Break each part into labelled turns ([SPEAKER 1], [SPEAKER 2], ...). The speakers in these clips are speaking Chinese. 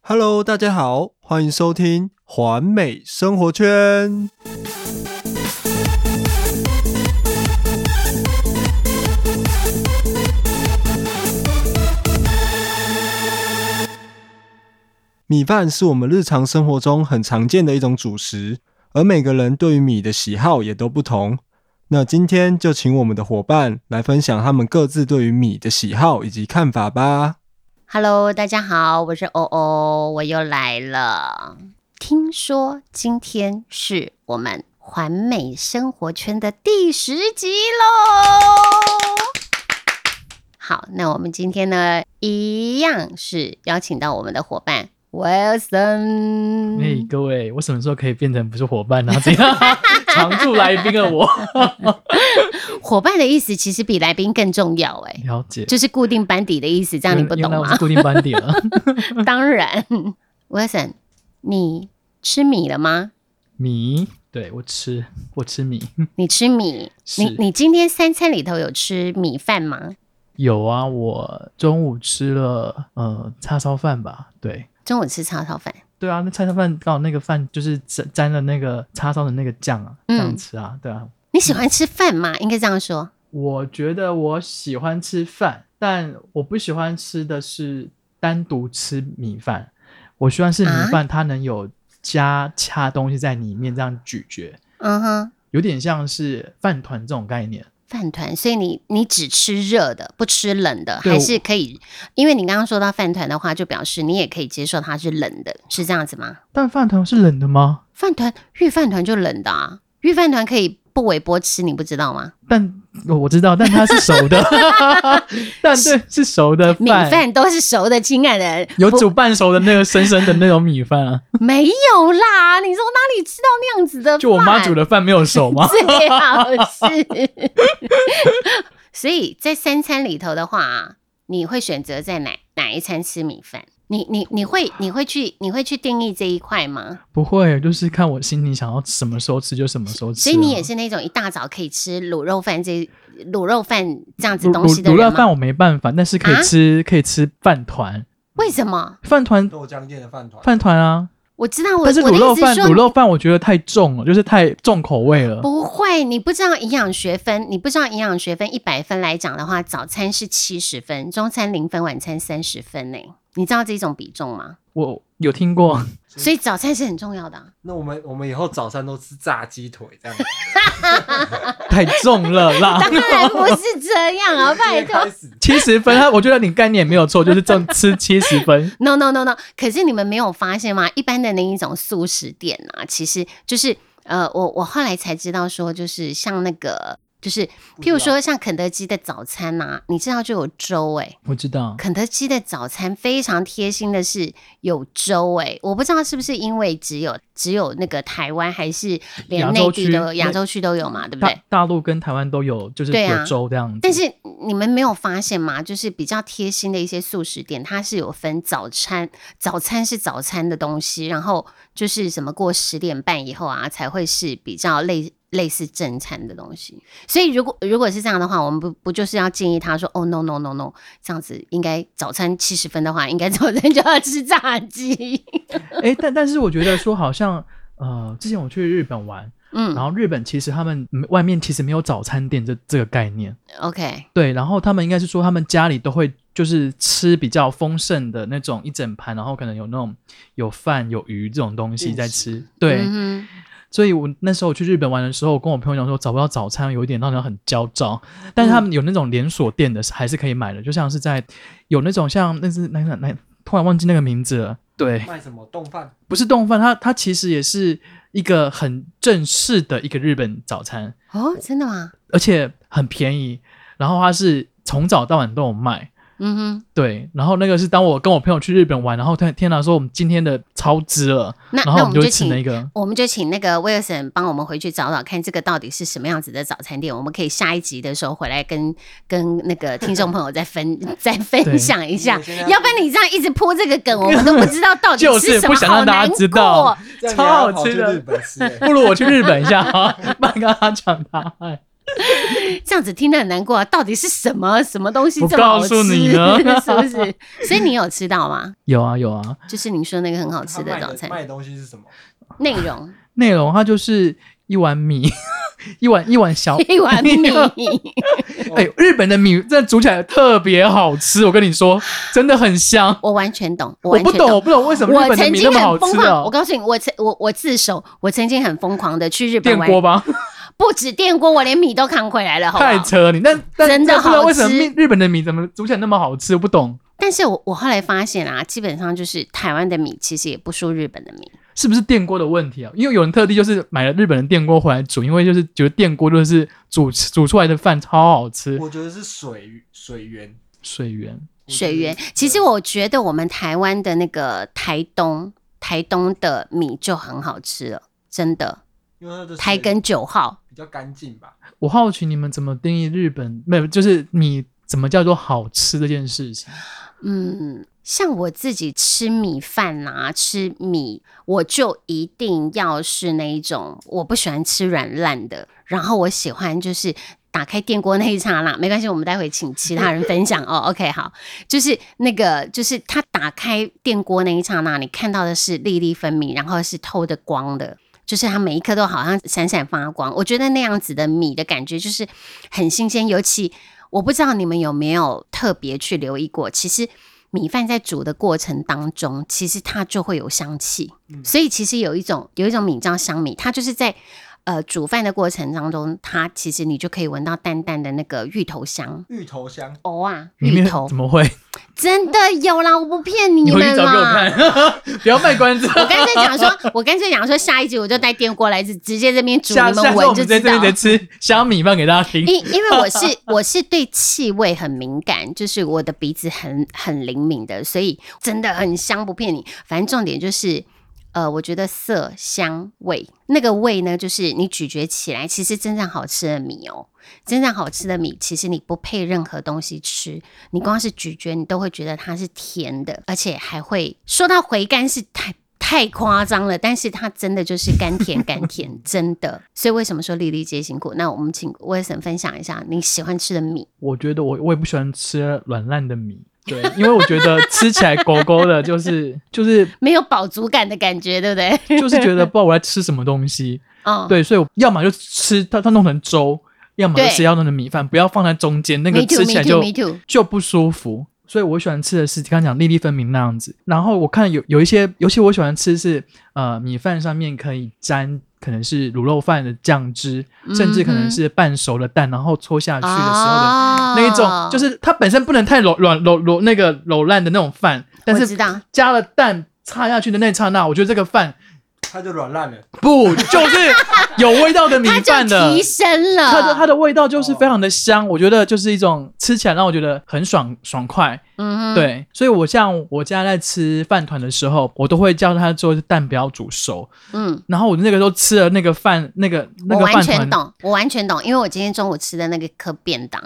[SPEAKER 1] Hello，大家好，欢迎收听环美生活圈。米饭是我们日常生活中很常见的一种主食，而每个人对于米的喜好也都不同。那今天就请我们的伙伴来分享他们各自对于米的喜好以及看法吧。
[SPEAKER 2] Hello，大家好，我是欧欧，我又来了。听说今天是我们环美生活圈的第十集喽。好，那我们今天呢，一样是邀请到我们的伙伴 Wilson。
[SPEAKER 3] 哎、
[SPEAKER 2] 嗯
[SPEAKER 3] 各位，我什么时候可以变成不是伙伴呢、啊？这 样常驻来宾的我，
[SPEAKER 2] 伙伴的意思其实比来宾更重要哎，
[SPEAKER 3] 了解，
[SPEAKER 2] 就是固定班底的意思，这样你不懂啊
[SPEAKER 3] 原来我
[SPEAKER 2] 吗
[SPEAKER 3] 是？固定班底了。
[SPEAKER 2] 当然，Wilson，你吃米了吗？
[SPEAKER 3] 米，对我吃，我吃米。
[SPEAKER 2] 你吃米，
[SPEAKER 3] 是
[SPEAKER 2] 你你今天三餐里头有吃米饭吗？
[SPEAKER 3] 有啊，我中午吃了呃叉烧饭吧，对。
[SPEAKER 2] 中午吃叉烧饭，
[SPEAKER 3] 对啊，那叉烧饭刚好那个饭就是沾沾了那个叉烧的那个酱啊，这样
[SPEAKER 2] 嗯
[SPEAKER 3] 吃啊，对啊。
[SPEAKER 2] 你喜欢吃饭吗？
[SPEAKER 3] 嗯
[SPEAKER 2] 应该这样说。
[SPEAKER 3] 我觉得我喜欢吃饭，但我不喜欢吃的是单独吃米饭。我希望是米
[SPEAKER 2] 啊
[SPEAKER 3] 饭，它能有加掐东西在里面，这样咀嚼，
[SPEAKER 2] 嗯哼，
[SPEAKER 3] 有点像是饭团这种概念。
[SPEAKER 2] 饭团，所以你你只吃热的，不吃冷的，
[SPEAKER 3] 对
[SPEAKER 2] 还是可以？因为你刚刚说到饭团的话，就表示你也可以接受它是冷的，是这样子吗？
[SPEAKER 3] 但饭团是冷的吗？
[SPEAKER 2] 饭团玉饭团就冷的啊，玉饭团可以不微波吃，你不知道吗？
[SPEAKER 3] 但我我知道，但它是 熟的， 但对是熟的
[SPEAKER 2] 米
[SPEAKER 3] 饭，
[SPEAKER 2] 饭都是熟的，亲爱的人，
[SPEAKER 3] 有
[SPEAKER 2] 不
[SPEAKER 3] 煮半熟的那个生生的那种米饭啊。
[SPEAKER 2] 没有啦？你说哪里吃到那样子的饭？
[SPEAKER 3] 就我妈煮的饭没有熟 吗？
[SPEAKER 2] 最好是。 所以在三餐里头的话、你会选择在哪哪一餐吃米饭？你你你会你会去你会去定义这一块吗？
[SPEAKER 3] 不会，就是看我心里想要什么时候吃就什么时候吃啊、
[SPEAKER 2] 所以你也是那种一大早可以吃卤肉饭这卤肉饭这样子
[SPEAKER 3] 卤
[SPEAKER 2] 东西
[SPEAKER 3] 卤
[SPEAKER 2] 的
[SPEAKER 3] 卤肉
[SPEAKER 2] 人吗？
[SPEAKER 3] 饭我没办法，但是可以
[SPEAKER 2] 啊
[SPEAKER 3] 吃、可以吃饭团，
[SPEAKER 2] 为什么？
[SPEAKER 3] 饭团
[SPEAKER 1] 豆浆店的饭团，
[SPEAKER 3] 饭团啊。
[SPEAKER 2] 我知道我
[SPEAKER 3] 但是
[SPEAKER 2] 我的
[SPEAKER 3] 卤肉
[SPEAKER 2] 意思
[SPEAKER 3] 饭
[SPEAKER 2] 是
[SPEAKER 3] 卤
[SPEAKER 2] 说
[SPEAKER 3] 肉饭我觉得太重了，就是太重口味了。
[SPEAKER 2] 不会，你不知道营养学分，你不知道营养学分一百分来讲的话，早餐是七十分，中餐零分，晚餐三十分呢、你知道这种比重吗？
[SPEAKER 3] 我有听过，
[SPEAKER 2] 所以早餐是很重要的啊、
[SPEAKER 1] 那我们我们以后早餐都吃炸鸡腿 这样。
[SPEAKER 3] 太重了啦。
[SPEAKER 2] 当然不是这样 啊，拜托。
[SPEAKER 1] 开始
[SPEAKER 3] 七十分，他我觉得你概念没有错，就是正吃七十分。
[SPEAKER 2] No no no no，可是你们没有发现吗？一般的那一种素食店啊，其实就是呃，我我后来才知道说，就是像那个，就是譬如说像肯德基的早餐呐、啊，你知道就有粥哎、
[SPEAKER 3] 我知道，
[SPEAKER 2] 肯德基的早餐非常贴心的是有粥哎、我不知道是不是因为只有只有那个台湾还是连
[SPEAKER 3] 亚
[SPEAKER 2] 内
[SPEAKER 3] 洲
[SPEAKER 2] 地
[SPEAKER 3] 区
[SPEAKER 2] 都有亚
[SPEAKER 3] 内
[SPEAKER 2] 洲区都有嘛，对不对
[SPEAKER 3] 大？大陆跟台湾都有，就是
[SPEAKER 2] 对啊
[SPEAKER 3] 有粥这样子。
[SPEAKER 2] 但是你们没有发现吗？就是比较贴心的一些素食店，它是有分早餐，早餐是早餐的东西，然后就是什么过十点半以后啊，才会是比较类类似正餐的东西。所以如果如果是这样的话，我们不不就是要建议他说，哦，no no no no，这样子应该早餐七十分的话，应该 早餐就要吃炸鸡。
[SPEAKER 3] 哎、但但是我觉得说好像呃，之前我去日本玩，然
[SPEAKER 2] 嗯
[SPEAKER 3] 后日本其实他们嗯外面其实没有早餐店这这个概念。
[SPEAKER 2] ，OK，
[SPEAKER 3] 对，然后他们应该是说他们家里都会就是吃比较丰盛的那种一整盘，然后可能有那种有饭有鱼这种东西
[SPEAKER 1] 定
[SPEAKER 3] 在
[SPEAKER 1] 时
[SPEAKER 3] 吃。对，
[SPEAKER 2] 嗯哼
[SPEAKER 3] 所以我那时候我去日本玩的时候，我跟我朋友讲说找不到早餐，有一点让人很焦躁。但是他们有那种连锁店的，还是可以买的，就像是在有那种像那是那那那，突然忘记那个名字了。对，
[SPEAKER 1] 卖什么冻饭？
[SPEAKER 3] 不是冻饭，它它其实也是一个很正式的一个日本早餐，
[SPEAKER 2] 哦，真的吗？
[SPEAKER 3] 而且很便宜。然后它是从早到晚都有卖。
[SPEAKER 2] 嗯哼，
[SPEAKER 3] 对，然后那个是当我跟我朋友去日本玩，然后天天哪说我们今天的超支了，
[SPEAKER 2] 那
[SPEAKER 3] 然
[SPEAKER 2] 那
[SPEAKER 3] 后
[SPEAKER 2] 我
[SPEAKER 3] 们
[SPEAKER 2] 们
[SPEAKER 3] 就
[SPEAKER 2] 就
[SPEAKER 3] 会吃
[SPEAKER 2] 请
[SPEAKER 3] 那个。
[SPEAKER 2] 我们就请那个威尔森帮我们回去找找看，这个到底是什么样子的早餐店。我们可以下一集的时候回来跟跟那个听众朋友再 分再分享一下
[SPEAKER 1] 对因为现在。
[SPEAKER 2] 要不然你这样一直铺这个梗，我们都不知道 到底
[SPEAKER 3] 就是
[SPEAKER 2] 什
[SPEAKER 3] 不
[SPEAKER 2] 么，
[SPEAKER 3] 想
[SPEAKER 2] 好
[SPEAKER 3] 让大家
[SPEAKER 2] 难
[SPEAKER 3] 知
[SPEAKER 2] 过
[SPEAKER 3] 道。
[SPEAKER 1] 这样你
[SPEAKER 3] 超
[SPEAKER 1] 还要
[SPEAKER 3] 好
[SPEAKER 1] 跑
[SPEAKER 3] 吃
[SPEAKER 1] 去
[SPEAKER 3] 的
[SPEAKER 1] 日本吃、欸，
[SPEAKER 3] 不如我去日本一下，哈，慢跟他讲他。哎
[SPEAKER 2] 这样子听得很难过啊！到底是什么什么东西
[SPEAKER 3] 我
[SPEAKER 2] 这么好
[SPEAKER 3] 告
[SPEAKER 2] 吃？
[SPEAKER 3] 诉你呢
[SPEAKER 2] 是不是？所以你有吃到吗？
[SPEAKER 3] 有啊有啊，
[SPEAKER 2] 就是你说那个很好吃
[SPEAKER 1] 他卖
[SPEAKER 2] 的早餐
[SPEAKER 1] 卖的东西是什么？
[SPEAKER 2] 内容，
[SPEAKER 3] 内容它就是一碗米， 一碗一碗小。
[SPEAKER 2] 一碗米，
[SPEAKER 3] 哎、日本的米真的煮起来特别好吃，我跟你说，真的很香。
[SPEAKER 2] 我完全懂，我
[SPEAKER 3] 我
[SPEAKER 2] 完
[SPEAKER 3] 不
[SPEAKER 2] 全
[SPEAKER 3] 懂，我。不懂为什么日
[SPEAKER 2] 我
[SPEAKER 3] 本的
[SPEAKER 2] 曾
[SPEAKER 3] 米
[SPEAKER 2] 经
[SPEAKER 3] 那么
[SPEAKER 2] 很
[SPEAKER 3] 好
[SPEAKER 2] 疯
[SPEAKER 3] 吃
[SPEAKER 2] 狂，我
[SPEAKER 3] 啊？
[SPEAKER 2] 告诉你，我曾我我自首，我曾经很疯狂的去日本
[SPEAKER 3] 电
[SPEAKER 2] 玩，
[SPEAKER 3] 锅吧，
[SPEAKER 2] 不止电锅，我连米都扛回来了，好不
[SPEAKER 3] 太
[SPEAKER 2] 好？
[SPEAKER 3] 扯了你。但但
[SPEAKER 2] 真的
[SPEAKER 3] 但不知道为什么
[SPEAKER 2] 好吃
[SPEAKER 3] 米日本的米怎么煮起来那么好吃，我不懂，
[SPEAKER 2] 但是我我后来发现啊，基本上就是台湾的米其实也不输日本的米，
[SPEAKER 3] 是不是电锅的问题啊？因为有人特地就是买了日本的电锅回来煮，因为就是觉得电锅就是煮煮出来的饭超好吃。
[SPEAKER 1] 我觉得是水水源，
[SPEAKER 3] 水源
[SPEAKER 1] 我觉得
[SPEAKER 2] 水源。其实我觉得我们台湾的那个台东，台东的米就很好吃了，真的。
[SPEAKER 1] 因为它的水
[SPEAKER 2] 台根九号，
[SPEAKER 1] 比较干净吧。
[SPEAKER 3] 我好奇你们怎么定义日本没有，就是米怎么叫做好吃这件事情？
[SPEAKER 2] 嗯，像我自己吃米饭啊，吃米我就一定要是那一种，我不喜欢吃软烂的，然后我喜欢就是。打开电锅那一刹那，没关系，我们待会请其他人分享哦。OK，好，就是那个，就是他打开电锅那一刹那，你看到的是粒粒分明，然后是透着光的，就是它每一颗都好像闪闪发光。我觉得那样子的米的感觉就是很新鲜，尤其我不知道你们有没有特别去留意过，其实米饭在煮的过程当中，其实它就会有香气，
[SPEAKER 1] 嗯
[SPEAKER 2] 所以其实有一种有一种米叫香米，它就是在呃煮饭的过程当中，它其实你就可以闻到淡淡的那个芋头香。
[SPEAKER 1] 芋头香，
[SPEAKER 2] 哦啊，
[SPEAKER 3] 里面
[SPEAKER 2] 芋头
[SPEAKER 3] 怎么会？
[SPEAKER 2] 真的有啦，我不骗你
[SPEAKER 3] 你回去
[SPEAKER 2] 们啊
[SPEAKER 3] 找给我
[SPEAKER 2] 啦。
[SPEAKER 3] 看， 不要卖关子。啊
[SPEAKER 2] 我干脆讲说，我干脆讲说，下一集我就带电锅来，直直接这边煮，
[SPEAKER 3] 下
[SPEAKER 2] 你
[SPEAKER 3] 下
[SPEAKER 2] 们
[SPEAKER 3] 次
[SPEAKER 2] 闻
[SPEAKER 3] 我们
[SPEAKER 2] 就
[SPEAKER 3] 直接
[SPEAKER 2] 知
[SPEAKER 3] 这
[SPEAKER 2] 道。
[SPEAKER 3] 边吃香米饭给大家听。
[SPEAKER 2] 因因为我是我是对气味很敏感，就是我的鼻子很很灵敏的，所以真的很香，不骗你。反正重点就是，呃，我觉得色香味那个味呢，就是你咀嚼起来，其实真正好吃的米哦，真正好吃的米，其实你不配任何东西吃，你光是咀嚼，你都会觉得它是甜的，而且还会说到回甘是太。太夸张了，但是它真的就是甘甜甘 甜，真的。所以为什么说粒粒皆辛苦？那我们请威森分享一下你喜欢吃的米，
[SPEAKER 3] 我觉得我我也不喜欢吃软烂的米，对，因为我觉得吃起来狗狗的，就是就是
[SPEAKER 2] 没有饱足感的感觉，对不对？
[SPEAKER 3] 就是觉得不知道我在吃什么东西，
[SPEAKER 2] 哦，
[SPEAKER 3] 对，所以我要么就吃它它弄成粥，要么就
[SPEAKER 2] 对
[SPEAKER 3] 吃要弄成米饭，不要放在中间，那个
[SPEAKER 2] me too
[SPEAKER 3] 吃起
[SPEAKER 2] me
[SPEAKER 3] 来就
[SPEAKER 2] too me too。
[SPEAKER 3] 就不舒服。所以我喜欢吃的是刚刚讲粒粒分明那样子。然后我看有有一些，尤其我喜欢吃是呃米饭上面可以沾可能是卤肉饭的酱汁，甚至可能是半熟的蛋，然后搓下去的时候的
[SPEAKER 2] 嗯哦
[SPEAKER 3] 那一种，就是它本身不能太柔软柔柔那个柔烂的那种饭，但
[SPEAKER 2] 我
[SPEAKER 3] 是
[SPEAKER 2] 知道，
[SPEAKER 3] 加了蛋插下去的那一刹那，我觉得这个饭
[SPEAKER 1] 它就软烂了。
[SPEAKER 3] 不就是有味道的 米
[SPEAKER 2] 它
[SPEAKER 3] 饭
[SPEAKER 2] 就
[SPEAKER 3] 的
[SPEAKER 2] 提。升了，
[SPEAKER 3] 它的它的味道就是非常的香，我觉得就是一种吃起来让我觉得很爽爽快，
[SPEAKER 2] 嗯哼，
[SPEAKER 3] 对，所以我像我家在吃饭团的时候，我都会叫他做蛋不要煮熟，
[SPEAKER 2] 嗯。
[SPEAKER 3] 然后我那个时候吃了那个饭那个那
[SPEAKER 2] 我
[SPEAKER 3] 个
[SPEAKER 2] 完
[SPEAKER 3] 饭
[SPEAKER 2] 全
[SPEAKER 3] 团，
[SPEAKER 2] 懂，我完全懂，因为我今天中午吃的那个颗便当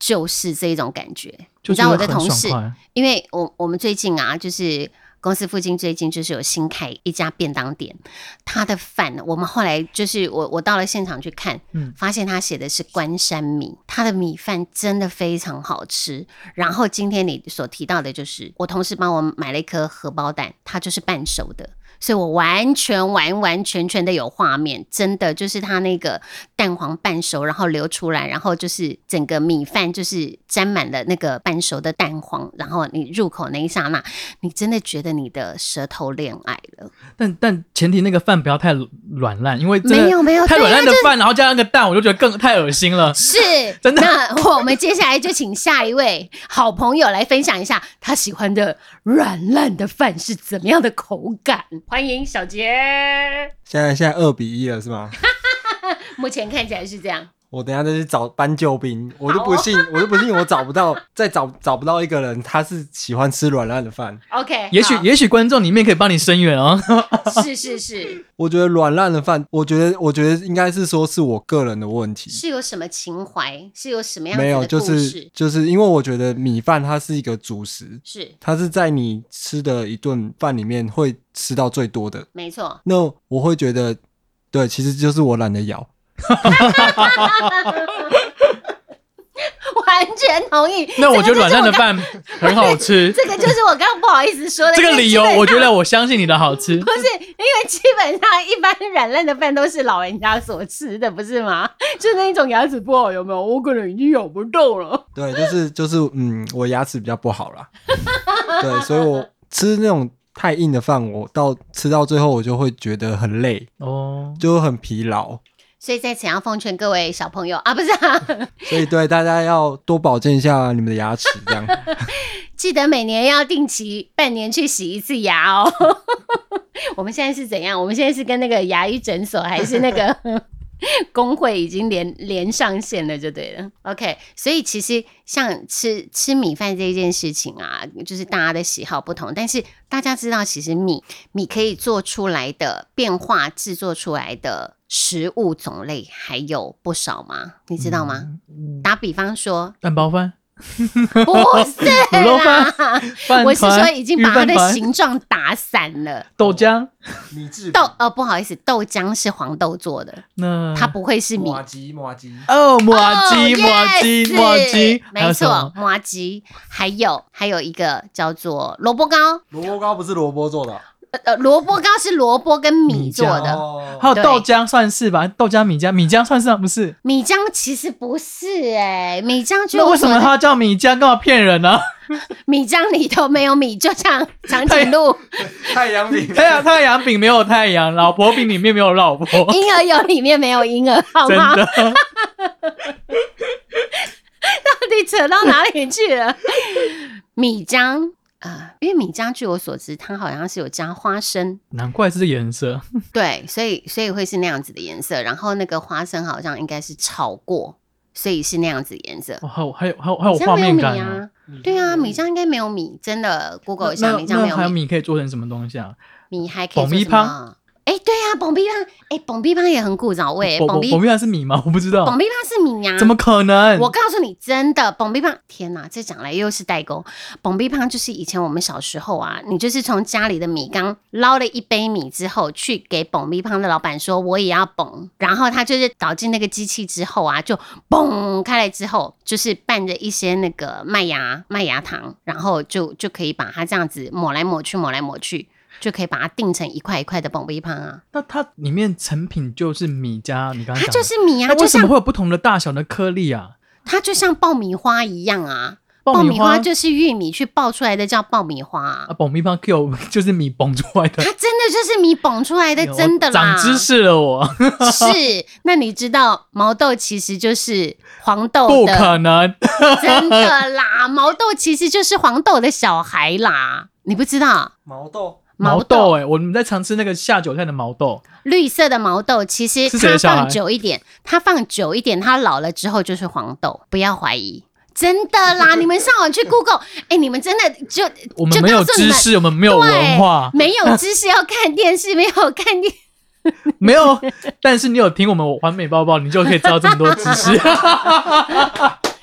[SPEAKER 2] 就是这一种感觉。
[SPEAKER 3] 就
[SPEAKER 2] 你知
[SPEAKER 3] 觉
[SPEAKER 2] 道我
[SPEAKER 3] 得
[SPEAKER 2] 的
[SPEAKER 3] 很
[SPEAKER 2] 同事
[SPEAKER 3] 爽，快。
[SPEAKER 2] 因为我我们最近啊，就是公司附近最近就是有新开一家便当店，他的饭我们后来就是我我到了现场去看，
[SPEAKER 3] 嗯
[SPEAKER 2] 发现他写的是关山米，他的米饭真的非常好吃。然后今天你所提到的就是我同事帮我买了一颗荷包蛋，它就是半熟的。所以我完全完完全全的有画面，真的就是它那个蛋黄半熟，然后流出来，然后就是整个米饭就是沾满了那个半熟的蛋黄，然后你入口那一刹那，你真的觉得你的舌头恋爱了。
[SPEAKER 3] 但但前提那个饭不要太软烂，因为真的
[SPEAKER 2] 没有没有，
[SPEAKER 3] 太
[SPEAKER 2] 对
[SPEAKER 3] 软
[SPEAKER 2] 啊
[SPEAKER 3] 烂的饭，然后加上个蛋，我就觉得更太恶心了。
[SPEAKER 2] 是
[SPEAKER 3] 真的
[SPEAKER 2] 那我们接下来就请下一位好朋友来分享一下他喜欢的软烂的饭是怎么样的口感。欢迎小杰，
[SPEAKER 1] 现在现在二比一了是吗？
[SPEAKER 2] 目前看起来是这样。
[SPEAKER 1] 我等一下再去找搬救兵，我
[SPEAKER 2] 啊
[SPEAKER 1] 就不信，我就不信我找不到，再找找不到一个人，他是喜欢吃软烂的饭。
[SPEAKER 2] OK，
[SPEAKER 3] 也许
[SPEAKER 2] 好
[SPEAKER 3] 也许观众里面可以帮你声援哦。
[SPEAKER 2] 是是是
[SPEAKER 1] 我觉得软烂的饭，我觉得我觉得应该是说是我个人的问题，
[SPEAKER 2] 是有什么情怀，是有什么样子
[SPEAKER 1] 没
[SPEAKER 2] 的故
[SPEAKER 1] 有
[SPEAKER 2] 事？
[SPEAKER 1] 就是就是因为我觉得米饭它是一个主食，
[SPEAKER 2] 是
[SPEAKER 1] 它是在你吃的一顿饭里面会吃到最多的。
[SPEAKER 2] 没错，
[SPEAKER 1] 那我会觉得，对，其实就是我懒得咬，
[SPEAKER 2] 完全同意。
[SPEAKER 3] 那我觉
[SPEAKER 2] 这个就
[SPEAKER 3] 得
[SPEAKER 2] 是
[SPEAKER 3] 软烂的饭很好吃，
[SPEAKER 2] 这个就是我刚刚不好意思说的
[SPEAKER 3] 这个
[SPEAKER 2] 因为
[SPEAKER 3] 理
[SPEAKER 2] 基
[SPEAKER 3] 由
[SPEAKER 2] 本
[SPEAKER 3] 我觉得我相信你的好 吃
[SPEAKER 2] 不。是因为基本上一般软烂的饭都是老人家所吃的，不是吗？就那一种牙齿不好有没有？我可能已经咬不动了。
[SPEAKER 1] 对， 就是就是，嗯，我牙齿比较不好啦。对，所以我吃那种太硬的饭，我到吃到最后我就会觉得很累，
[SPEAKER 3] 哦，
[SPEAKER 1] 就很疲劳。
[SPEAKER 2] 所以在此要奉劝各位小朋友啊，不是、啊，
[SPEAKER 1] 所以对大家要多保健一下你们的牙齿，这样
[SPEAKER 2] 记得每年要定期半年去洗一次牙哦。 我们现在是怎样？我们现在是跟那个牙医诊所还是那个 工会已经连连上线了，就对了。OK，所以其实像吃吃米饭这一件事情啊，就是大家的喜好不同，但是大家知道，其实米米可以做出来的变化，制作出来的食物种类还有不少吗？你知道吗？
[SPEAKER 3] 嗯
[SPEAKER 2] 打比方 说，
[SPEAKER 3] 蛋包饭、
[SPEAKER 2] 不是
[SPEAKER 3] 卤肉
[SPEAKER 2] 啦
[SPEAKER 3] 饭。饭
[SPEAKER 2] 我是
[SPEAKER 3] 团
[SPEAKER 2] 说已经把它
[SPEAKER 3] 鱼饭
[SPEAKER 2] 的
[SPEAKER 3] 团
[SPEAKER 2] 形状打散了。
[SPEAKER 3] 豆浆，
[SPEAKER 1] 米制
[SPEAKER 2] 豆呃，不好意思，豆浆是黄豆做的，
[SPEAKER 3] 那
[SPEAKER 2] 它不会是米。
[SPEAKER 1] 吉麻吉，
[SPEAKER 3] 哦，嗯麻鸡、
[SPEAKER 2] 哦
[SPEAKER 3] 麻鸡、
[SPEAKER 2] yes！
[SPEAKER 3] 麻鸡，还
[SPEAKER 2] 没
[SPEAKER 3] 有什
[SPEAKER 2] 错
[SPEAKER 3] 么，？
[SPEAKER 2] 麻吉，还有还有一个叫做萝卜糕，
[SPEAKER 1] 萝卜糕不是萝卜做的，啊
[SPEAKER 2] 呃呃，萝卜糕是萝卜跟米
[SPEAKER 3] 米
[SPEAKER 2] 做
[SPEAKER 3] 浆
[SPEAKER 2] 的，
[SPEAKER 1] 的
[SPEAKER 3] 还有
[SPEAKER 2] 对
[SPEAKER 3] 豆浆算是吧？豆浆、米浆，米浆算是吗不是？
[SPEAKER 2] 米浆其实不是哎、米浆就
[SPEAKER 3] 那为什么它叫米浆？干嘛骗人呢、
[SPEAKER 2] 米浆里头没有米，就像长颈鹿
[SPEAKER 1] 太阳饼
[SPEAKER 3] 太阳太阳饼没有太阳，老婆饼里面没有老婆，
[SPEAKER 2] 婴儿油里面没有婴儿，好
[SPEAKER 3] 真
[SPEAKER 2] 吗？
[SPEAKER 3] 的。
[SPEAKER 2] 到 底扯到哪里去了？ 米浆啊、呃因为米浆据我所知，它好像是有加花生，
[SPEAKER 3] 难怪是这颜色，
[SPEAKER 2] 对，所以所以会是那样子的颜色。然后那个花生好像应该是炒过，所以是那样子的颜色。
[SPEAKER 3] 哇还有还有还有还有
[SPEAKER 2] 米
[SPEAKER 3] 画
[SPEAKER 2] 浆没有
[SPEAKER 3] 面
[SPEAKER 2] 米
[SPEAKER 3] 感哦。
[SPEAKER 2] 啊，对啊，米浆应该没有米，真的。Google 一
[SPEAKER 3] 那
[SPEAKER 2] 下，米浆没
[SPEAKER 3] 那还有
[SPEAKER 2] 有米，
[SPEAKER 3] 米可以做成什么东西啊？
[SPEAKER 2] 米还可以
[SPEAKER 3] 蹦
[SPEAKER 2] 做
[SPEAKER 3] 米
[SPEAKER 2] 什么？哎、对啊，蹦皮棒，哎、蹦皮棒也很古早味、
[SPEAKER 3] 我
[SPEAKER 2] 蹦
[SPEAKER 3] 我
[SPEAKER 2] 皮
[SPEAKER 3] 我原来是米吗？我不知道，
[SPEAKER 2] 蹦皮棒是米啊呀、
[SPEAKER 3] 怎么可能？
[SPEAKER 2] 我告诉你，真的，蹦壁胖，天哪，这讲来又是代沟。蹦壁胖就是以前我们小时候啊，你就是从家里的米缸捞了一杯米之后，去给蹦壁胖的老板说我也要蹦，然后他就是倒进那个机器之后啊，就嘣开来之后，就是拌着一些那个麦芽麦芽糖，然后就就可以把它这样子抹来抹去，抹来抹去。就可以把它定成一块一块的蹦壁胖啊，
[SPEAKER 3] 那它里面成品就是米加你刚刚
[SPEAKER 2] 它
[SPEAKER 3] 讲的，
[SPEAKER 2] 就是米啊，
[SPEAKER 3] 那
[SPEAKER 2] 就
[SPEAKER 3] 为什么
[SPEAKER 2] 像
[SPEAKER 3] 会有不同的大小的颗粒啊？
[SPEAKER 2] 它就像爆米花一样啊，
[SPEAKER 3] 爆
[SPEAKER 2] 爆
[SPEAKER 3] 米
[SPEAKER 2] 米
[SPEAKER 3] 花
[SPEAKER 2] 花就是玉米去爆出来的，叫爆米花、
[SPEAKER 3] 啊，蹦 米棒 Q 就是米蹦出 来的
[SPEAKER 2] 它，真的就是米蹦出来的，
[SPEAKER 3] 我
[SPEAKER 2] 真的啦。
[SPEAKER 3] 长知识了我，
[SPEAKER 2] 是，那你知道毛豆其实就是黄豆
[SPEAKER 3] 不
[SPEAKER 2] 的，
[SPEAKER 3] 可能，
[SPEAKER 2] 真的啦，毛豆其实就是黄豆的小孩啦，你不知道？
[SPEAKER 1] 毛豆
[SPEAKER 3] 毛豆哎、我们在常吃那个下酒菜的毛豆，
[SPEAKER 2] 绿色的毛豆，其实
[SPEAKER 3] 是谁
[SPEAKER 2] 它
[SPEAKER 3] 的小孩
[SPEAKER 2] 放久一点，它放久一点，它老了之后就是黄豆，不要怀疑。真的 啦，你们上网去 Google，哎、你们真的就
[SPEAKER 3] 我
[SPEAKER 2] 就
[SPEAKER 3] 们没有
[SPEAKER 2] 告诉你
[SPEAKER 3] 知
[SPEAKER 2] 们
[SPEAKER 3] 识，我们没有文化
[SPEAKER 2] 对，没有知识要看电视，没有看电
[SPEAKER 3] 没有，但是你有听我们环美抱抱，你就可以知道这么多知识，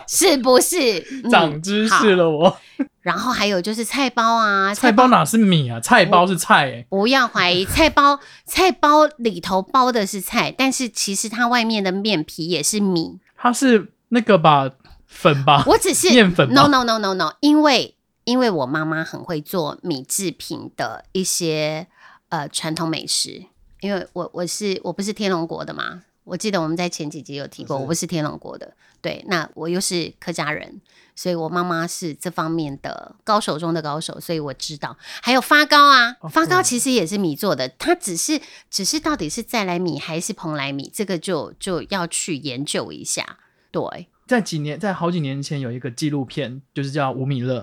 [SPEAKER 2] 是不是？ 嗯
[SPEAKER 3] 长知识了我。
[SPEAKER 2] 然后还有就是菜包啊，
[SPEAKER 3] 菜包哪是米啊？菜包是菜哎、
[SPEAKER 2] 不要怀疑，菜包 菜包里头包的是菜，但是其实它外面的面皮也是米。
[SPEAKER 3] 它是那个吧粉吧，
[SPEAKER 2] 我只是
[SPEAKER 3] 面粉吧
[SPEAKER 2] no no no no no，因为因为我妈妈很会做米制品的一些呃传统美食，因为我我是我不是天龙国的嘛，我记得我们在前几集有提过，
[SPEAKER 1] 是
[SPEAKER 2] 我不是天龙国的，对，那我又是客家人，所以我妈妈是这方面的高手中的高手，所以我知道。还有发糕啊，
[SPEAKER 3] 哦
[SPEAKER 2] 发
[SPEAKER 3] 嗯
[SPEAKER 2] 糕其实也是米做的，它只是只是到底是再来米还是蓬莱米，这个就就要去研究一下。对，
[SPEAKER 3] 在几年，在好几年前有一个纪录片，就是叫《吴米勒》。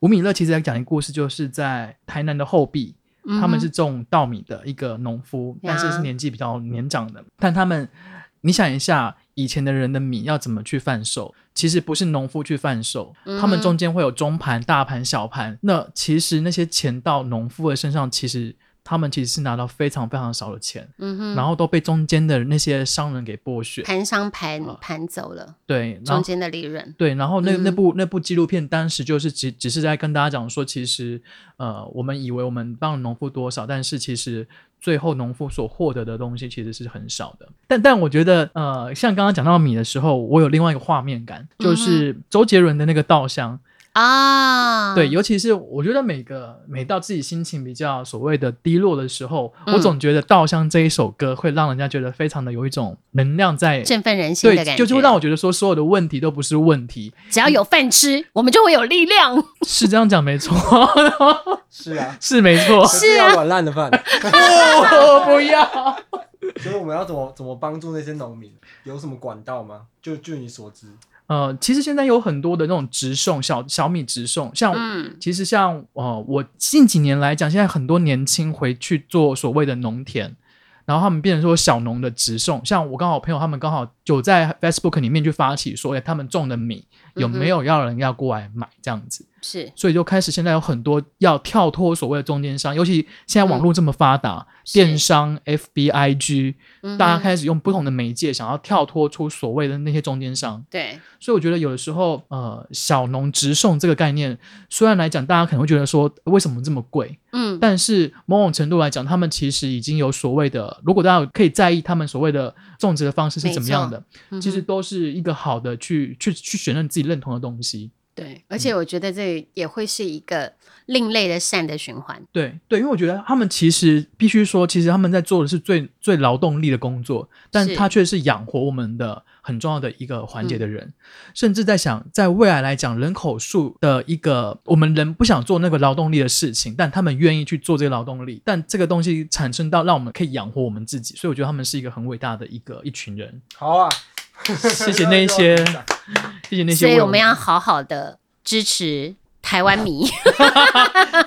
[SPEAKER 3] 吴米勒其实在讲一个故事，就是在台南的后壁，
[SPEAKER 2] 嗯哼
[SPEAKER 3] 他们是种稻米的一个农夫，但是
[SPEAKER 2] 呀
[SPEAKER 3] 是年纪比较年长的。但他们，你想一下，以前的人的米要怎么去贩售？其实不是农夫去贩售，
[SPEAKER 2] 嗯哼
[SPEAKER 3] 他们中间会有中盘、大盘、小盘。那其实那些钱到农夫的身上，其实他们其实是拿到非常非常少的钱，
[SPEAKER 2] 嗯哼，
[SPEAKER 3] 然后都被中间的那些商人给剥削。
[SPEAKER 2] 盘商盘盘走了
[SPEAKER 3] 对，啊然
[SPEAKER 2] 中
[SPEAKER 3] 后
[SPEAKER 2] 间的利润，
[SPEAKER 3] 对，然后那、那
[SPEAKER 2] 嗯
[SPEAKER 3] 部那部纪录片当时就是只只是在跟大家讲说，其实呃，我们以为我们帮农夫多少，但是其实最后农夫所获得的东西其实是很少的。但但我觉得呃，像刚刚讲到米的时候，我有另外一个画面感，
[SPEAKER 2] 嗯
[SPEAKER 3] 就是周杰伦的那个稻香。
[SPEAKER 2] 啊，
[SPEAKER 3] 对，尤其是我觉得每个每到自己心情比较所谓的低落的时候，
[SPEAKER 2] 嗯
[SPEAKER 3] 我总觉得《稻香》这一首歌会让人家觉得非常的有一种能量在，
[SPEAKER 2] 振奋人心的
[SPEAKER 3] 对，
[SPEAKER 2] 感觉，
[SPEAKER 3] 就是会让我觉得说所有的问题都不是问题，
[SPEAKER 2] 只要有饭吃，我们就会有力量。
[SPEAKER 3] 是这样讲没错，
[SPEAKER 1] 是 啊，
[SPEAKER 3] 是没错，
[SPEAKER 1] 是啊要软烂的饭。
[SPEAKER 3] 我不要。
[SPEAKER 1] 所以我们要怎么怎么帮助那些农民？有什么管道吗？就据你所知，
[SPEAKER 3] 呃，其实现在有很多的那种直送小小米直送，像、
[SPEAKER 2] 嗯
[SPEAKER 3] 其实像呃，我近几年来讲，现在很多年轻回去做所谓的农田，然后他们变成说小农的直送。像我刚好朋友他们刚好有在 Facebook 里面去发起说，哎，他们种的米
[SPEAKER 2] 嗯
[SPEAKER 3] 有没有要人要过来买这样子，
[SPEAKER 2] 是
[SPEAKER 3] 所以就开始现在有很多要跳脱所谓的中间商，尤其现在网络这么发达，电
[SPEAKER 2] 嗯是
[SPEAKER 3] 商 FBIG，
[SPEAKER 2] 嗯哼
[SPEAKER 3] 大家开始用不同的媒介想要跳脱出所谓的那些中间商。
[SPEAKER 2] 对，
[SPEAKER 3] 所以我觉得有的时候，呃，小农直送这个概念，虽然来讲大家可能会觉得说为什么这么贵，
[SPEAKER 2] 嗯，
[SPEAKER 3] 但是某种程度来讲，他们其实已经有所谓的，如果大家可以在意他们所谓的种植的方式是怎么样
[SPEAKER 2] 嗯
[SPEAKER 3] 的，其
[SPEAKER 2] 哼
[SPEAKER 3] 实都是一个好的去去去选认自己认同的东西。
[SPEAKER 2] 对，而且我觉得这也会是一个另类的善的循环。
[SPEAKER 3] 对对，因为我觉得他们其实必须说，其实他们在做的是最最劳动力的工作，但
[SPEAKER 2] 是嗯
[SPEAKER 3] 他却是养活我们的很重要的一个环节的人。甚至在想，在未来来讲，人口数的一个，我们人不想做那个劳动力的事情，但他们愿意去做这个劳动力，但这个东西产生到让我们可以养活我们自己，所以我觉得他们是一个很伟大的一个一群人。
[SPEAKER 1] 好啊，
[SPEAKER 3] 谢谢 那些，谢谢那些
[SPEAKER 2] 所
[SPEAKER 3] 为，
[SPEAKER 2] 以我们要好好的支持台湾迷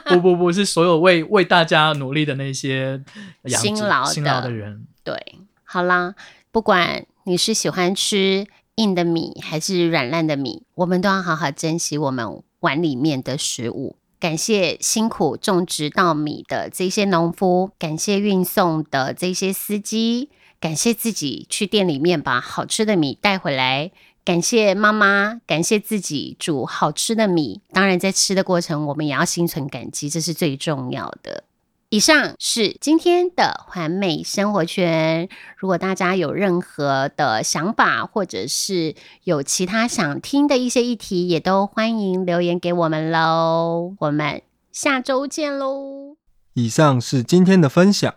[SPEAKER 3] 不不不是所有为为大家努力的那些养
[SPEAKER 2] 辛
[SPEAKER 3] 殖
[SPEAKER 2] 劳
[SPEAKER 3] 辛
[SPEAKER 2] 的
[SPEAKER 3] 劳的人。
[SPEAKER 2] 对，好啦，不管你是喜欢吃硬的米还是软烂的米，我们都要好好珍惜我们碗里面的食物。感谢辛苦种植稻米的这些农夫，感谢运送的这些司机，感谢自己去店里面把好吃的米带回来，感谢妈妈，感谢自己煮好吃的米。当然，在吃的过程，我们也要心存感激，这是最重要的。以上是今天的环美生活圈。如果大家有任何的想法，或者是有其他想听的一些议题，也都欢迎留言给我们喽。我们下周见喽！
[SPEAKER 1] 以上是今天的分享。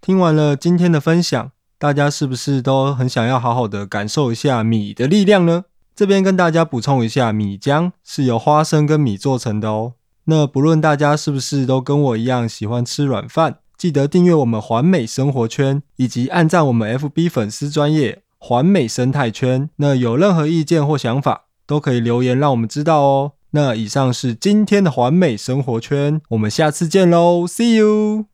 [SPEAKER 1] 听完了今天的分享，大家是不是都很想要好好的感受一下米的力量呢？这边跟大家补充一下，米浆是由花生跟米做成的哦。那不论大家是不是都跟我一样喜欢吃软饭，记得订阅我们环美生活圈，以及按赞我们 FB 粉丝专业环美生态圈。那有任何意见或想法，都可以留言让我们知道哦。那以上是今天的环美生活圈，我们下次见喽，See you。